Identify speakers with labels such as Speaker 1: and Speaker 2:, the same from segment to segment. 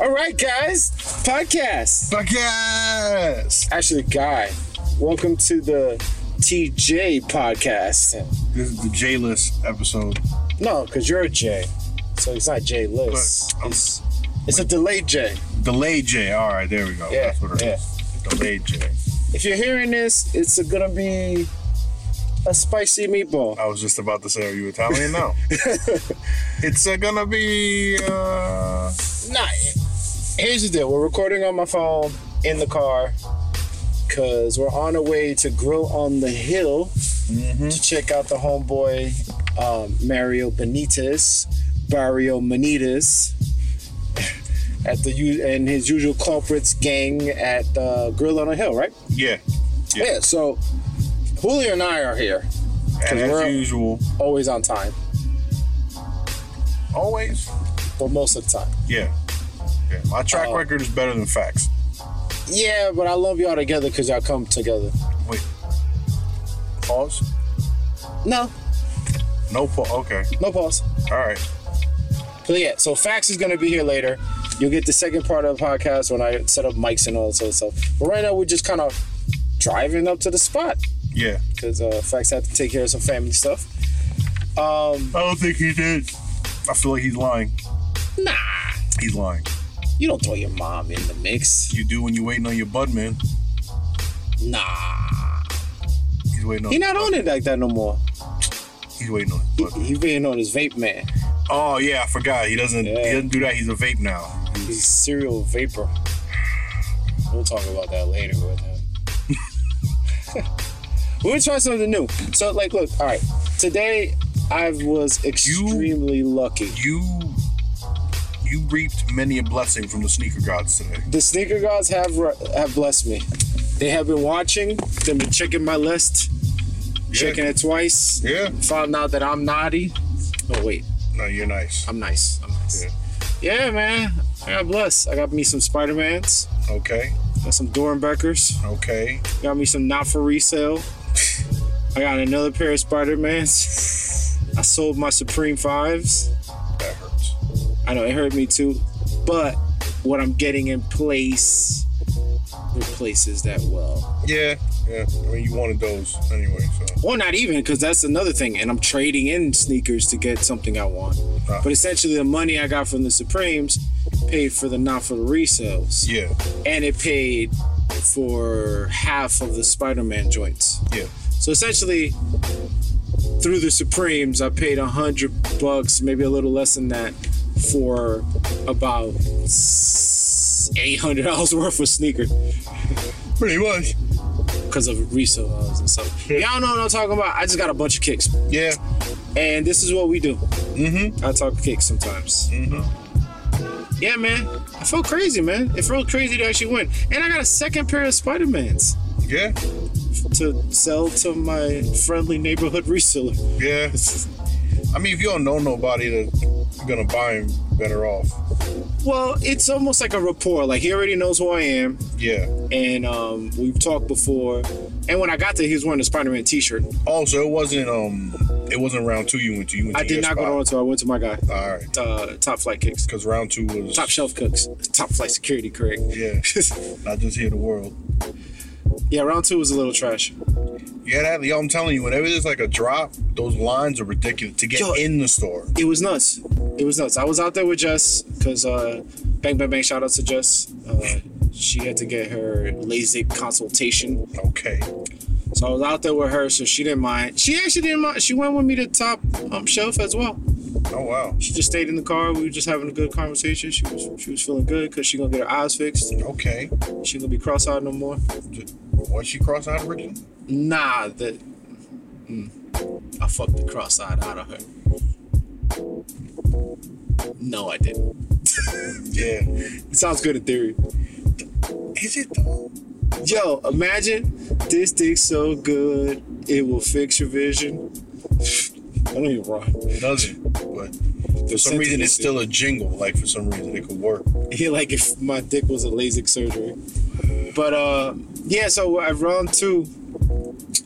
Speaker 1: All right, guys. Podcast.
Speaker 2: Podcast.
Speaker 1: Actually, Guy, welcome to the TJ podcast.
Speaker 2: This is the J list episode.
Speaker 1: No, because you're a J. So it's not J list.
Speaker 2: But-
Speaker 1: It's, it's a delayed J.
Speaker 2: Delay J. All right, there we go.
Speaker 1: Yeah,
Speaker 2: That's what it is. Delay J.
Speaker 1: If you're hearing this, it's going to be a spicy meatball.
Speaker 2: I was just about to say, are you Italian? No. it's uh, gonna be. Uh,
Speaker 1: Nah, here's the deal. We're recording on my phone in the car because we're on our way to Grill on the Hill to check out the homeboy um, Mario Benitez, Barrio Manitas, at the u- and his usual culprits gang at uh, Grill on the Hill, right?
Speaker 2: yeah. Yeah.
Speaker 1: yeah so Julio and I are here,
Speaker 2: And as
Speaker 1: we're-
Speaker 2: usual,
Speaker 1: always on time,
Speaker 2: always.
Speaker 1: but most of the time.
Speaker 2: Yeah. Yeah. My track
Speaker 1: Uh,
Speaker 2: record is better than facts.
Speaker 1: Yeah, but I love y'all together because y'all come together.
Speaker 2: Wait. Pause.
Speaker 1: No,
Speaker 2: No pause. Okay.
Speaker 1: no pause.
Speaker 2: All right.
Speaker 1: But yeah, so Fax is gonna be here later. You'll get the second part of the podcast when I set up mics and all that sort of stuff. But right now we're just kind of driving up to the spot
Speaker 2: Yeah.
Speaker 1: because uh, Fax had to take care of some family stuff. Um,
Speaker 2: I don't think he did. I feel like he's lying.
Speaker 1: nah,
Speaker 2: He's lying.
Speaker 1: you don't throw your mom in the mix.
Speaker 2: You do when you waiting on your bud, man.
Speaker 1: Nah,
Speaker 2: He's waiting on.
Speaker 1: he not on it like that no more.
Speaker 2: He's waiting on. His bud.
Speaker 1: He being on his vape man.
Speaker 2: Oh yeah, I forgot. He doesn't.
Speaker 1: Yeah.
Speaker 2: He doesn't do that. He's a vape now.
Speaker 1: He's serial vapor. We'll talk about that later with him. We're gonna try something new. So, like, look, all right. Today, I was extremely lucky.
Speaker 2: You. You reaped many a blessing from the sneaker gods today.
Speaker 1: The sneaker gods have have blessed me. They have been watching. They've been checking my list, checking it twice.
Speaker 2: Yeah.
Speaker 1: Found out that I'm naughty. Oh wait,
Speaker 2: No, you're nice.
Speaker 1: I'm nice. I'm nice.
Speaker 2: Yeah.
Speaker 1: Yeah, man. I got blessed. I got me some Spider Mans.
Speaker 2: Okay.
Speaker 1: Got some Dornbeckers.
Speaker 2: Okay.
Speaker 1: Got me some not for resale. I got another pair of Spider Mans. I sold my Supreme Fives.
Speaker 2: That hurts.
Speaker 1: I know it hurt me too, but what I'm getting in place replaces that well.
Speaker 2: Yeah. Yeah. I mean, you wanted those anyway, so.
Speaker 1: Or not even, because that's another thing. And I'm trading in sneakers to get something I want.
Speaker 2: Ah.
Speaker 1: But essentially, the money I got from the Supremes paid for the not for the resales,
Speaker 2: Yeah.
Speaker 1: and it paid for half of the Spider Man joints.
Speaker 2: Yeah.
Speaker 1: So essentially, through the Supremes, I paid a hundred bucks, maybe a little less than that, for about eight hundred dollars worth of sneaker
Speaker 2: Pretty much.
Speaker 1: because of resale values and stuff. Y'all know what I'm talking about. I just got a bunch of kicks,
Speaker 2: Yeah.
Speaker 1: and this is what we do.
Speaker 2: Mm-hmm.
Speaker 1: I talk kicks sometimes.
Speaker 2: Mm-hmm.
Speaker 1: Yeah, man, I felt crazy, man. It felt crazy to actually win, and I got a second pair of Spider Mans
Speaker 2: Yeah.
Speaker 1: to sell to my friendly neighborhood reseller.
Speaker 2: Yeah. I mean, if you don't know nobody that's gonna buy him, better off.
Speaker 1: Well, it's almost like a rapport. Like he already knows who I am,
Speaker 2: Yeah.
Speaker 1: and um, we've talked before. And when I got there, he was wearing a Spider-Man T-shirt.
Speaker 2: Also, it wasn't um, it wasn't round two. You went to. You went to
Speaker 1: I did
Speaker 2: your
Speaker 1: not go
Speaker 2: spot.
Speaker 1: to Toronto. I went to my guy,
Speaker 2: All right.
Speaker 1: uh, Top Flight Kicks,
Speaker 2: Because round two was
Speaker 1: Top Shelf Cooks, Top Flight Security, correct?
Speaker 2: Yeah, I just hear the world.
Speaker 1: yeah, round two was a little trash.
Speaker 2: Yeah, that, yo, I'm telling you, whenever there's like a drop, those lines are ridiculous to get
Speaker 1: Yo.
Speaker 2: in the store.
Speaker 1: It was nuts. It was nuts. I was out there with Jess because uh, Bang Bang Bang. Shout out to Jess. Uh, she had to get her LASIK consultation,
Speaker 2: Okay.
Speaker 1: so I was out there with her. So she didn't mind. She actually didn't mind. She went with me to Top um, Shelf as well.
Speaker 2: Oh wow.
Speaker 1: She just stayed in the car. We were just having a good conversation. She was she was feeling good because she gonna get her eyes fixed.
Speaker 2: Okay.
Speaker 1: She gonna be cross-eyed no more.
Speaker 2: Was she cross eyed originally?
Speaker 1: Nah, that mm, I fucked the cross-eyed out of her. No, I didn't.
Speaker 2: Yeah.
Speaker 1: It sounds good in theory.
Speaker 2: Is it though?
Speaker 1: Yo, imagine this dick so good it will fix your vision. I don't even rhyme.
Speaker 2: It doesn't. But for some reason, it's still a jingle. Like for some reason, it could work.
Speaker 1: Yeah, like if my dick was a LASIK surgery. But uh yeah, so at round two,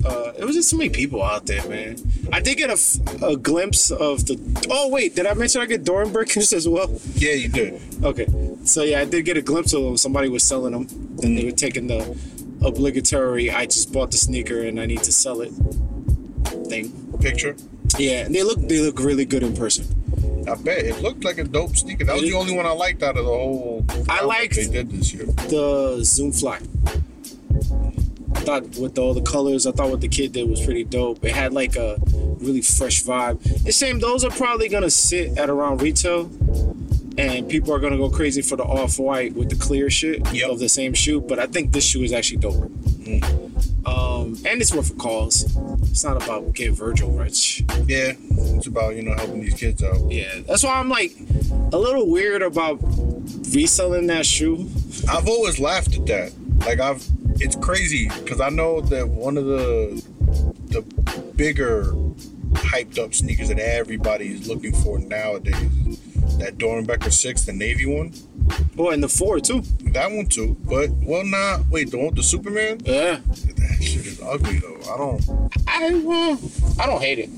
Speaker 1: uh it was just so many people out there, man. I did get a, f- a glimpse of the Oh wait, did I mention I get Dornbrickers as well?
Speaker 2: Yeah, you did.
Speaker 1: Okay. So yeah, I did get a glimpse of them. Somebody was selling them, and they were taking the obligatory "I just bought the sneaker and I need to sell it" thing.
Speaker 2: Picture.
Speaker 1: Yeah, and they look they look really good in person.
Speaker 2: I bet it looked like a dope sneaker. That was the only one I liked out of the whole.
Speaker 1: I
Speaker 2: outfit
Speaker 1: liked-
Speaker 2: they did this year.
Speaker 1: The Zoom Fly. I thought with all the colors, I thought what the kid did was pretty dope. It had like a really fresh vibe. It's shame those are probably gonna sit at around retail, and people are gonna go crazy for the off white with the clear shit
Speaker 2: Yep.
Speaker 1: of the same shoe. But I think this shoe is actually doper. Um, and it's worth a cause. It's not about getting Virgil rich.
Speaker 2: Yeah, it's about you know helping these kids out.
Speaker 1: Yeah, that's why I'm like a little weird about reselling that shoe.
Speaker 2: I've always laughed at that. Like I've, it's crazy because I know that one of the the bigger hyped up sneakers that everybody is looking for nowadays is that Dornbecker six, the navy one.
Speaker 1: Oh, and the four too.
Speaker 2: That one too, but well, nah. Wait, the one with the Superman.
Speaker 1: Yeah.
Speaker 2: That shit is ugly though. I don't,
Speaker 1: I well,
Speaker 2: Mm-hmm.
Speaker 1: I don't hate it.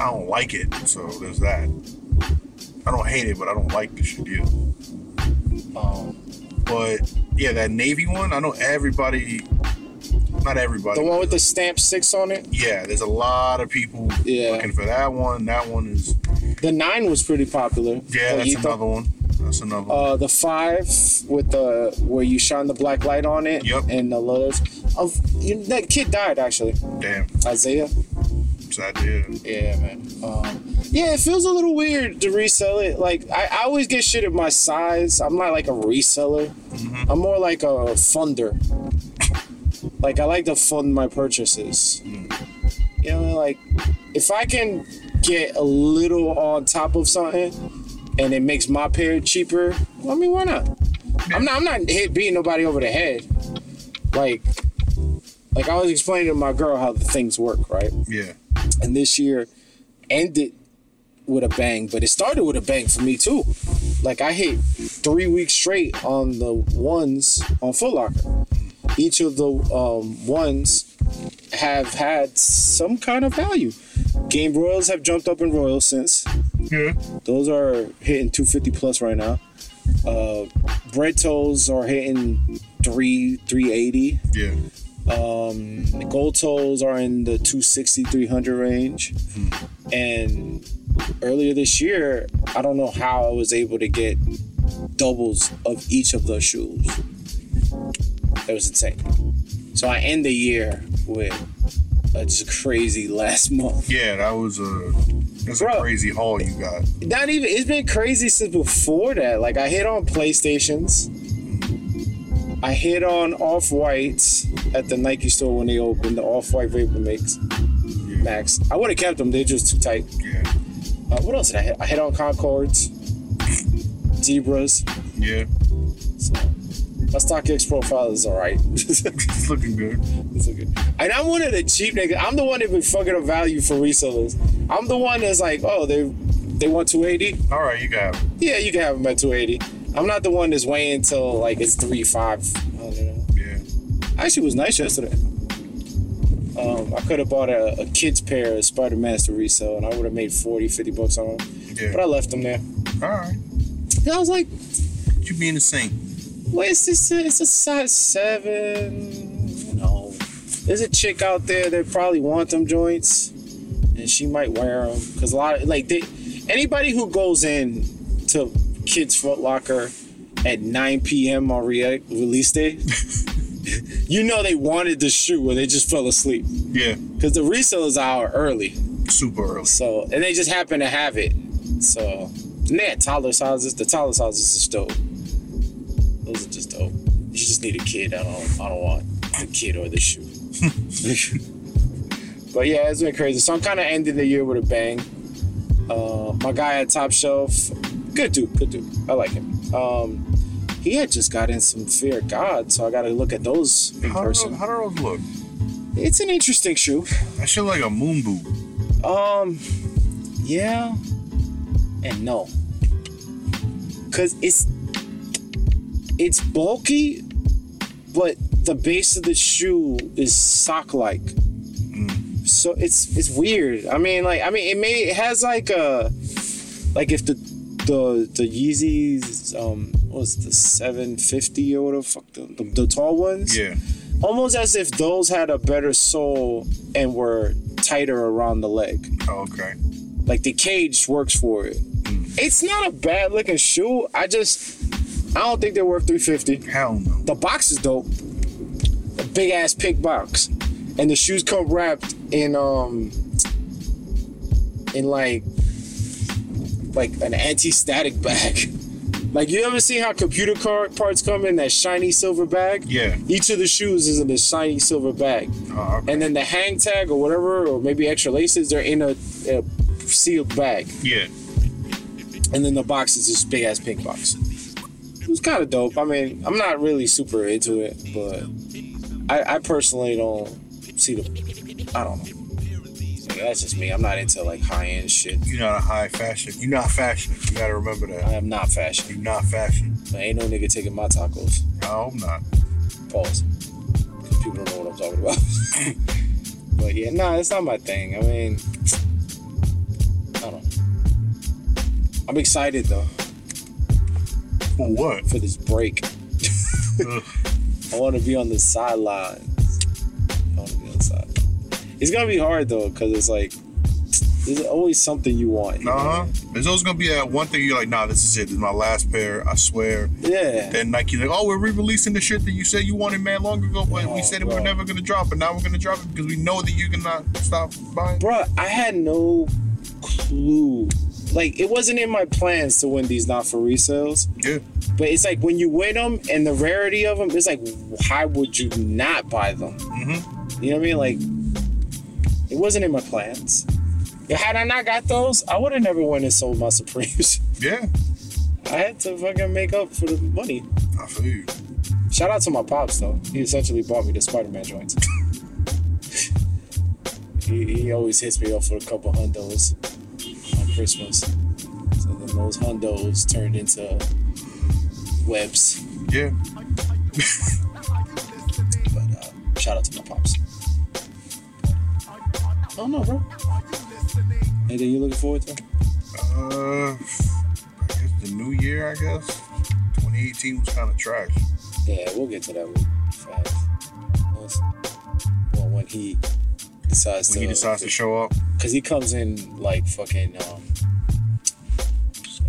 Speaker 2: I don't like it. So there's that. I don't hate it, but I don't like the shit either.
Speaker 1: Um,
Speaker 2: But yeah, that navy one. I know everybody, not everybody.
Speaker 1: the one with the stamp six on it.
Speaker 2: yeah, there's a lot of people
Speaker 1: Yeah.
Speaker 2: looking for that one. That one is
Speaker 1: The nine was pretty popular.
Speaker 2: yeah,
Speaker 1: The
Speaker 2: that's
Speaker 1: Yeezy.
Speaker 2: another one. That's another one.
Speaker 1: Uh, the five with the where you shine the black light on it.
Speaker 2: Yep.
Speaker 1: And the letters of you, that kid died actually.
Speaker 2: Damn,
Speaker 1: Isaiah.
Speaker 2: sad to hear.
Speaker 1: Yeah, man. Um, yeah, it feels a little weird to resell it. Like I, I always get shit at my size. I'm not like a reseller. I'm more like a funder. Like I like to fund my purchases. You know, like if I can get a little on top of something, and it makes my pair cheaper. I mean, why not? I'm not. I'm not hit beating nobody over the head. Like, like I was explaining to my girl how the things work, right?
Speaker 2: Yeah,
Speaker 1: and this year ended with a bang, but it started with a bang for me too. Like I hit three weeks straight on the ones on Foot Locker. Each of the um, ones have had some kind of value. Game Royals have jumped up in Royals since.
Speaker 2: yeah.
Speaker 1: Those are hitting 250 plus right now. Uh, bread toes are hitting three 380.
Speaker 2: Yeah,
Speaker 1: The gold tolls are in the 260 300 range and earlier this year i don't know how i was able to get doubles of each of those shoes that was insane so i end the year with a just crazy last month
Speaker 2: yeah. That was a that's a
Speaker 1: Bruh.
Speaker 2: crazy haul you got.
Speaker 1: not even it's been crazy since before that like i hit on playstations i hit on off-whites at the nike store when they opened the off-white vapor mix
Speaker 2: Yeah,
Speaker 1: max i would have kept them they're just too tight
Speaker 2: yeah,
Speaker 1: uh, what else did i hit i hit on concords zebras
Speaker 2: yeah.
Speaker 1: so my StockX profile is all right. It's
Speaker 2: It's looking good.
Speaker 1: okay. And I'm one of the cheap niggas. I'm the one that been fucking up value for resellers. I'm the one that's like, oh, they they want 280.
Speaker 2: All right, you got it.
Speaker 1: Yeah, you can have them at 280. I'm not the one that's weighing until like it's three five. I don't know.
Speaker 2: Yeah,
Speaker 1: Actually, it was nice yesterday. Um, I could have bought a, a kid's pair of Spider Mans to resell, and I would have made 40, 50 bucks on them.
Speaker 2: yeah.
Speaker 1: But I left them there.
Speaker 2: All right.
Speaker 1: And I was like,
Speaker 2: You being the same.
Speaker 1: Well, it's this? It's a size seven. You know, there's a chick out there that probably want them joints, and she might wear them because a lot of like they, anybody who goes in to Kids Foot Locker at 9 p.m. on re- release day, you know they wanted the shoe or they just fell asleep
Speaker 2: Yeah,
Speaker 1: because the resellers are out early,
Speaker 2: super early.
Speaker 1: so and they just happen to have it. So and they had toddler sizes. The toddler sizes is dope. Those are just dope. You just need a kid. I don't. I don't want the kid or the shoe. but yeah, it's been crazy. So I'm kind of ending the year with a bang. Uh, my guy at Top Shelf, good dude. Good dude. I like him. Um, he had just got in some Fear of God, so I got to look at those in
Speaker 2: How do, those,
Speaker 1: person.
Speaker 2: how do those look?
Speaker 1: It's an interesting shoe.
Speaker 2: That shit like a moon boot.
Speaker 1: Um, yeah, and no, cause it's it's bulky, but the base of the shoe is sock-like, so it's it's weird. I mean, like, I mean, it may it has like a like if the the the Yeezys um what was it, the 750 or whatever the fuck the, the, the tall ones.
Speaker 2: Yeah.
Speaker 1: Almost as if those had a better sole and were tighter around the leg.
Speaker 2: Oh, okay.
Speaker 1: Like the cage works for it. It's not a bad looking shoe. I just I don't think they're worth 350.
Speaker 2: Hell no.
Speaker 1: The box is dope. A big ass pink box. And the shoes come wrapped in um in like like an anti-static bag. Like you ever seen how computer car parts come in that shiny silver bag?
Speaker 2: Yeah.
Speaker 1: Each of the shoes is in this shiny silver bag.
Speaker 2: Oh, okay.
Speaker 1: And then the hang tag or whatever, or maybe extra laces, they're in a, a sealed bag.
Speaker 2: yeah.
Speaker 1: And then the box is this big ass pink box. It was kind of dope. I mean, I'm not really super into it, but I, I personally don't see the. I don't know. Like, that's just me. I'm not into like high end shit.
Speaker 2: You're not a high fashion. You're not fashion. You gotta remember
Speaker 1: I
Speaker 2: that.
Speaker 1: am not fashion.
Speaker 2: You're not fashion.
Speaker 1: But ain't no nigga taking my tacos.
Speaker 2: I hope not.
Speaker 1: Pause. 'Cause People don't know what I'm talking about. but yeah, nah, it's not my thing. I mean, I don't know. I'm excited though
Speaker 2: For what?
Speaker 1: for this break.
Speaker 2: Ugh.
Speaker 1: I want to be on the sidelines. I want to be on the sidelines. It's gonna be hard though, cause it's like there's always something you want.
Speaker 2: Uh huh. There's always gonna be that one thing you're like, nah, this is it. This is my last pair. I swear.
Speaker 1: Yeah.
Speaker 2: Then Nike like, oh, we're re-releasing the shit that you said you wanted, man, long ago, but
Speaker 1: Oh,
Speaker 2: we said it
Speaker 1: bro.
Speaker 2: we're never gonna drop, and now we're gonna drop it because we know that you're gonna stop buying.
Speaker 1: Bruh, I had no clue. Like it wasn't in my plans to win these not for resales,
Speaker 2: Yeah.
Speaker 1: but it's like when you win them and the rarity of them, it's like why would you not buy them?
Speaker 2: Mm-hmm.
Speaker 1: You know what I mean? Like, it wasn't in my plans. Had I not got those, I would have never went and sold my Supremes.
Speaker 2: Yeah.
Speaker 1: I had to fucking make up for the money.
Speaker 2: I feel you.
Speaker 1: Shout out to my pops though. He essentially bought me the Spider-Man joints. he, he always hits me up for a couple hundos on Christmas. So then those hundos turned into webs.
Speaker 2: Yeah.
Speaker 1: But uh, shout out to my pops. I don't know, bro. Anything you looking forward to?
Speaker 2: Uh, I guess the new year, I guess. 2018 was kind of trash.
Speaker 1: Yeah, we'll get to that one fast. Once- Well, when he decides
Speaker 2: When
Speaker 1: to,
Speaker 2: he decides to show up,
Speaker 1: because he comes in like fucking. Um,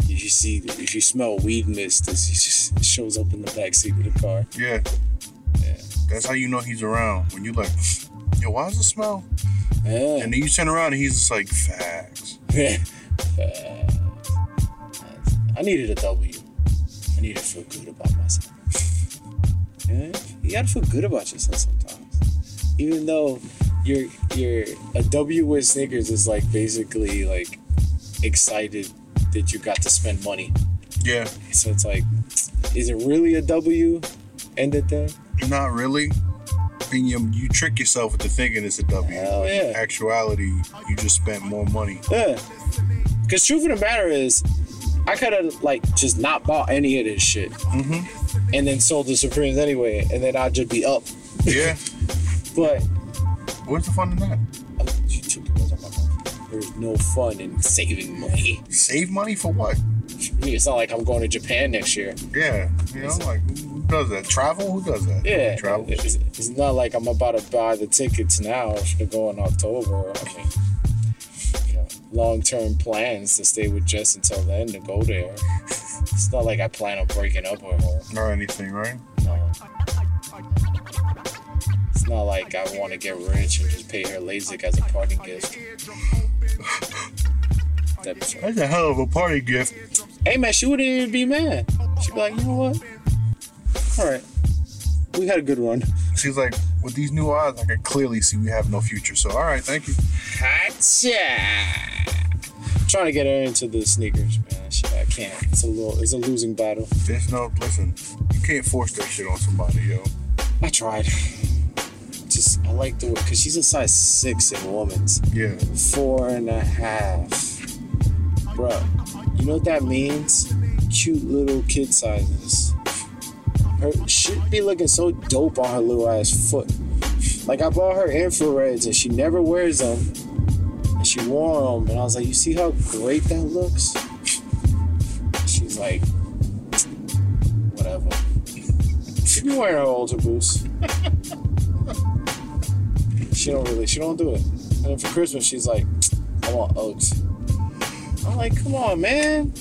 Speaker 1: if you see, if you smell weed mist, it's- he just shows up in the backseat of the car.
Speaker 2: yeah,
Speaker 1: Yeah,
Speaker 2: that's how you know he's around. When you like, yo, why does it smell?
Speaker 1: yeah.
Speaker 2: And then you turn around and he's just like, facts.
Speaker 1: Facts. I needed a W. I need to feel good about myself. Yeah, you gotta feel good about yourself sometimes, even though your your a W with sneakers is like basically like excited that you got to spend money.
Speaker 2: Yeah,
Speaker 1: So it's like, is it really a W? End it there.
Speaker 2: not really. And you, you trick yourself into thinking it's a W.
Speaker 1: Hell yeah.
Speaker 2: Actuality, you just spent more money.
Speaker 1: Yeah. Cause truth of the matter is, I could have like just not bought any of this shit, and then sold the Supremes anyway, and then I'd just be up.
Speaker 2: Yeah.
Speaker 1: But
Speaker 2: What's the fun in that?
Speaker 1: um, you took the words out my mouth. There's no fun in saving money.
Speaker 2: Save money for what?
Speaker 1: I mean, it's not like I'm going to Japan next year.
Speaker 2: Yeah. You know, like, who does that? Travel? Who does that?
Speaker 1: Yeah,
Speaker 2: Travel.
Speaker 1: It's, it's not like I'm about to buy the tickets now to go in October. I mean, you know, long-term plans to stay with Jess until then to go there. It's not like I plan on breaking up with her.
Speaker 2: Or anything, right?
Speaker 1: No. It's not like I want to get rich and just pay her LASIK as a parting gift. That'd be fun.
Speaker 2: That's a hell of a party gift.
Speaker 1: hey man, she wouldn't even be mad. She'd be like, you know what? All right, we had a good run.
Speaker 2: She's like, with these new eyes, I can clearly see we have no future. So, all right, thank you.
Speaker 1: Gotcha. Trying to get her into the sneakers, man. Shit, I can't. It's a little. It's a losing battle.
Speaker 2: There's no, listen, you can't force that shit on somebody, yo.
Speaker 1: I tried. Just I like the way because she's a size six in women's.
Speaker 2: Yeah.
Speaker 1: four and a half. Bro, you know what that means? Cute little kid sizes. Her she'd be looking so dope on her little ass foot. Like I bought her infrareds and she never wears them. And she wore them and I was like, you see how great that looks? She's like, She be wearing her older boots. she don't really. She don't do it. And then for Christmas, she's like, I want Uggs. I'm like, come on, man.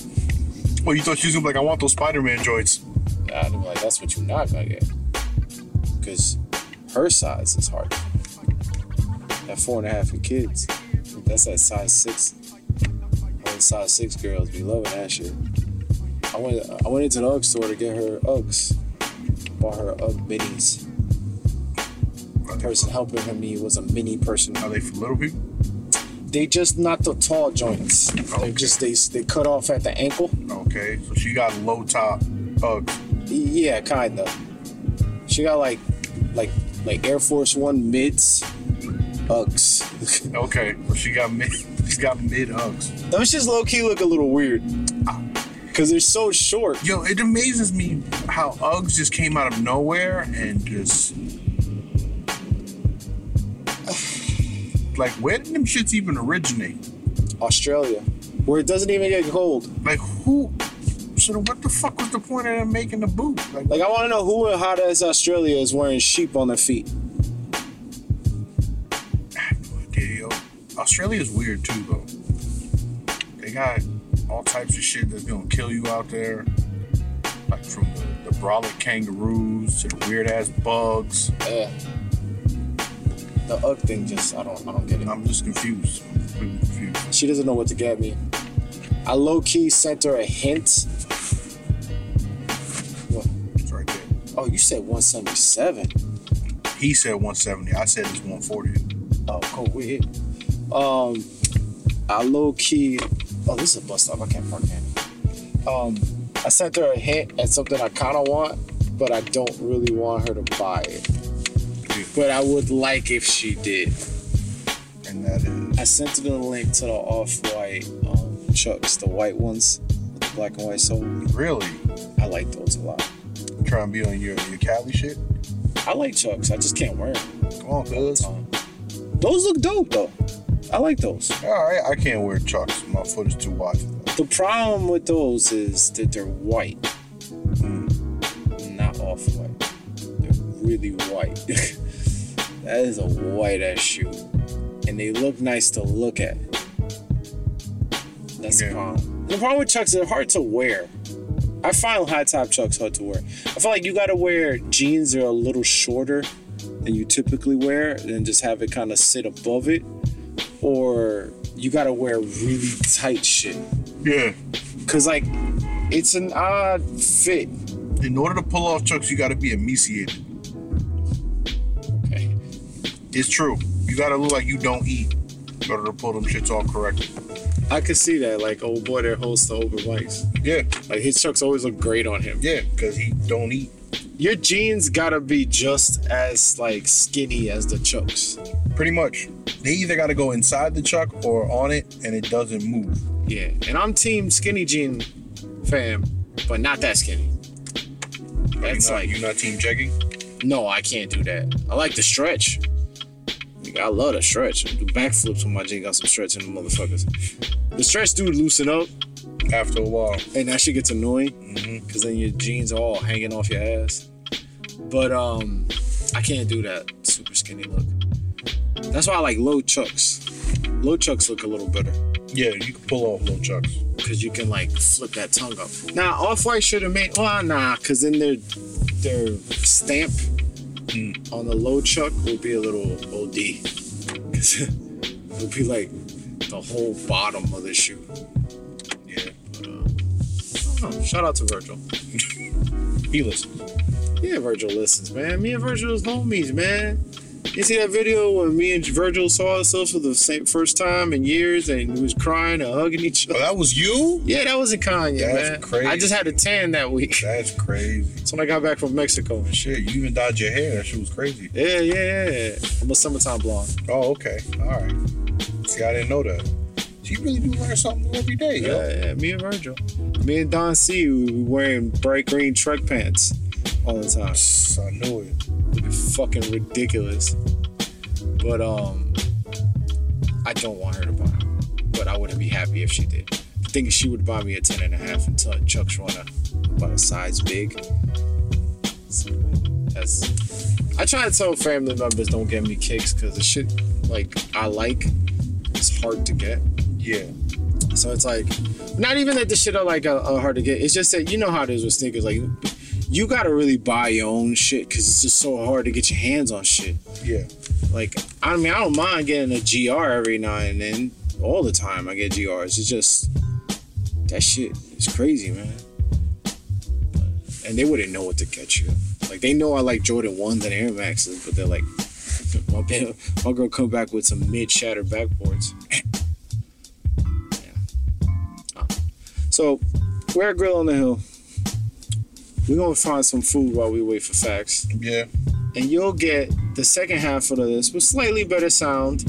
Speaker 2: Well, you thought she was gonna be like, I want those Spider-Man joints.
Speaker 1: Nah, I'm like, that's what you're not gonna get. Because her size is hard. That four and a half for kids. That's that size six. All the size six girls be loving that shit. I went I went into the Ugg store to get her Uggs. Bought her Ugg minis. The person helping her me was a mini person.
Speaker 2: Are they for little people?
Speaker 1: They just not the tall joints. They
Speaker 2: Okay.
Speaker 1: just they they cut off at the ankle.
Speaker 2: Okay, so she got low top Uggs.
Speaker 1: Yeah, kinda. She got like like like Air Force One mids. Uggs.
Speaker 2: Okay, so she got mid. She got mid Uggs.
Speaker 1: Those just low key look a little weird. Cause they're so short.
Speaker 2: Yo, it amazes me how Uggs just came out of nowhere and just. Like, where did them shits even originate?
Speaker 1: Australia. Where it doesn't even get cold.
Speaker 2: Like, who? So then what the fuck was the point of them making the boot? Like,
Speaker 1: Like I wanna know who in hot ass Australia is wearing sheep on their feet.
Speaker 2: I have no idea, yo. Australia's weird too, though. They got all types of shit that's gonna kill you out there, like from the, the brolic kangaroos to the weird ass bugs.
Speaker 1: Yeah. The Ugg thing just I don't I don't get it.
Speaker 2: I'm just confused. I'm completely confused.
Speaker 1: She doesn't know what to get me. I low key sent her a hint. What?
Speaker 2: It's right there.
Speaker 1: Oh, you said 177.
Speaker 2: He said 170. I said it's 140.
Speaker 1: Oh, cool. We're here. Um, I low key. Oh, this is a bus stop. I can't park here. Um, I sent her a hint at something I kind of want, but I don't really want her to buy it.
Speaker 2: Yeah.
Speaker 1: But I would like if she did.
Speaker 2: And that is.
Speaker 1: I sent her the link to the off-white um, chucks, the white ones, with the black and white sole.
Speaker 2: Really?
Speaker 1: I like those a lot.
Speaker 2: Trying to be on your, your Cali shit?
Speaker 1: I like chucks. I just can't wear them.
Speaker 2: Come on, cuz.
Speaker 1: Um, those look dope though. I like those.
Speaker 2: Alright, I can't wear chucks. My foot is too wide.
Speaker 1: The problem with those is that they're white, Mm, not off white. They're really white. that is a white ass shoe, and they look nice to look at. That's
Speaker 2: Yeah.
Speaker 1: the problem. The problem with chucks is they're hard to wear. I find high top chucks hard to wear. I feel like you gotta wear jeans that are a little shorter than you typically wear, and just have it kind of sit above it, or you gotta wear really tight shit.
Speaker 2: Yeah.
Speaker 1: Cause like it's an odd fit.
Speaker 2: In order to pull off chucks, you gotta be emaciated.
Speaker 1: Okay.
Speaker 2: It's true. You gotta look like you don't eat in order to pull them shits off correctly.
Speaker 1: I could see that, like, oh boy, that host the over mics.
Speaker 2: Yeah,
Speaker 1: Like his chucks always look great on him.
Speaker 2: yeah, because he don't eat.
Speaker 1: Your jeans gotta be just as like skinny as the chucks.
Speaker 2: Pretty much. They either gotta go inside the chuck or on it and it doesn't move.
Speaker 1: Yeah. And I'm team skinny jean fam, but not that skinny. That's
Speaker 2: you not,
Speaker 1: like
Speaker 2: you not team checking?
Speaker 1: no, I can't do that. I like the stretch. Like, I love the stretch. I do backflips when my jeans got some stretch in the motherfuckers. The stretch do loosen up.
Speaker 2: After a while.
Speaker 1: and that shit gets annoying because then your jeans are all hanging off your ass. But um, I can't do that super skinny look. That's why I like low chucks. Low chucks look a little better
Speaker 2: Yeah, you can pull off little chucks.
Speaker 1: because you can like flip that tongue up. Now off white should have made well nah, because then their their stamp on the low chuck would be a little od. Because it would be like the whole bottom of the shoe.
Speaker 2: Yeah.
Speaker 1: Oh, shout out to Virgil.
Speaker 2: He listens.
Speaker 1: Yeah, Virgil listens, man. Me and Virgil is homies, man. You see that video when me and Virgil saw ourselves for the same first time in years and we was crying and hugging each
Speaker 2: Oh,
Speaker 1: other?
Speaker 2: that was you?
Speaker 1: Yeah, that wasn't Kanye,
Speaker 2: That's
Speaker 1: man.
Speaker 2: crazy.
Speaker 1: I just had a tan that week.
Speaker 2: That's crazy.
Speaker 1: That's when I got back from Mexico.
Speaker 2: Shit, you even dyed your hair. That shit was crazy.
Speaker 1: Yeah, yeah, yeah. I'm a summertime blonde.
Speaker 2: Oh, okay. All right. See, I didn't know that. She really do wear something new every day, yo.
Speaker 1: Yeah, yeah, me and Virgil. Me and Don C, we were wearing bright green truck pants all the time.
Speaker 2: Psst, I knew it.
Speaker 1: Looking fucking ridiculous. But um, I don't want her to buy. it. But I wouldn't be happy if she did. The thing is, she would buy me a ten and a half and tell Chuck's run a about a size big. So, That's. I try to tell family members don't get me kicks because the shit like I like is hard to get.
Speaker 2: Yeah.
Speaker 1: So it's like, not even that the shit are like uh, uh, hard to get. It's just that you know how it is with sneakers. Like, you gotta really buy your own shit because it's just so hard to get your hands on shit.
Speaker 2: Yeah.
Speaker 1: Like, I mean, I don't mind getting a GR every now and then. All the time I get GRs. It's just that shit is crazy, man. And they wouldn't know what to get you. Like they know I like Jordan ones and Air Maxes, but they're like, my, ba- my girl come back with some mid shattered backboards. Yeah. Oh. So we're at Grill on the Hill. We're gonna find some food while we wait for facts
Speaker 2: Yeah.
Speaker 1: and you'll get the second half of this with slightly better sound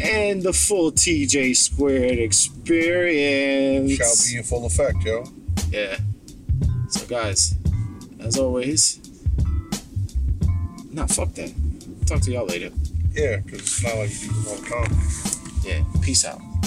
Speaker 1: and the full TJ squared experience.
Speaker 2: Shall be in full effect, yo.
Speaker 1: Yeah. So guys, as always, nah, fuck that. Talk to y'all later.
Speaker 2: Yeah, because it's not like you do it all the time.
Speaker 1: Yeah. Peace out.